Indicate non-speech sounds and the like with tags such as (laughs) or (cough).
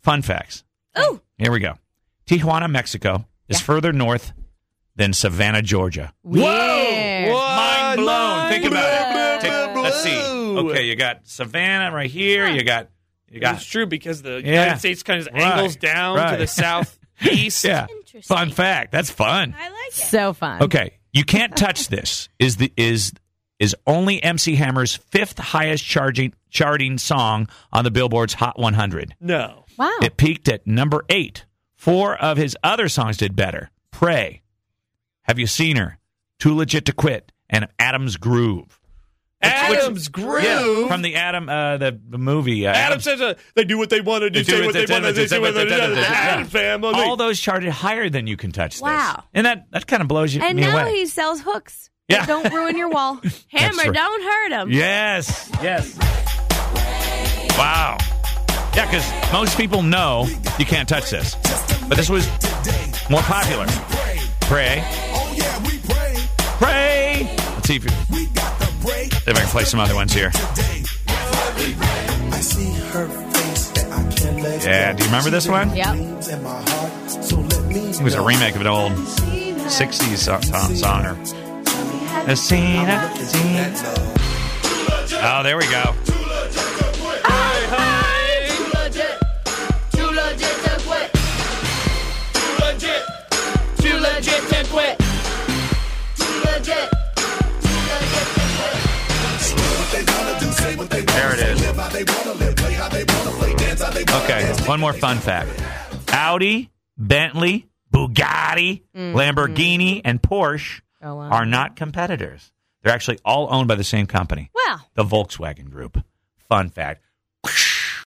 Fun facts. Oh, Here we go. Tijuana, Mexico is further north than Savannah, Georgia. weird. Mind blown. Think blown. about it. Take- let's see. Okay, you got Savannah right here. You got you got It's true because the Yeah. United States kind of Right, angles down to right. the (laughs) southeast. yeah. Interesting. Fun fact. That's fun. I like it. So fun. Okay, you can't touch this. Is the is is only MC Hammer's fifth highest charging charting song on the Billboard's Hot 100. No. Wow. It peaked at number eight. Four of his other songs did better. Pray, Have You Seen Her, Too Legit to Quit, and Adam's Groove. Adam's groove. Yeah, from the Adam uh, the, the movie. Uh, Adam says uh, they do what they want to do, They do say what what they they want to do, do, say what they do, want do, to do, do. do. Adam family. All those charted higher than you can touch this. Wow. And that, that kind of blows you, And me now away. he sells hooks. Yeah. That Don't ruin your (laughs) wall. Hammer, right. don't hurt him. Yes. Yes. Wow. Yeah, because most people know you can't touch this. But this was more popular. Pray. Oh yeah, we pray. Pray. Let's see if, see We got the break. if I can play some other ones here. I see her face that I can't let Yeah, do you remember this one? Yep. It was a remake of an old 60s song. song, song or, I've seen it, seen it. Oh, there we go. There it is. Okay, one more fun fact. Audi, Bentley, Bugatti, Lamborghini, and Porsche Mm-hmm. Oh, wow. are not competitors. They're actually all owned by the same company, Wow. the Volkswagen Group. Fun fact.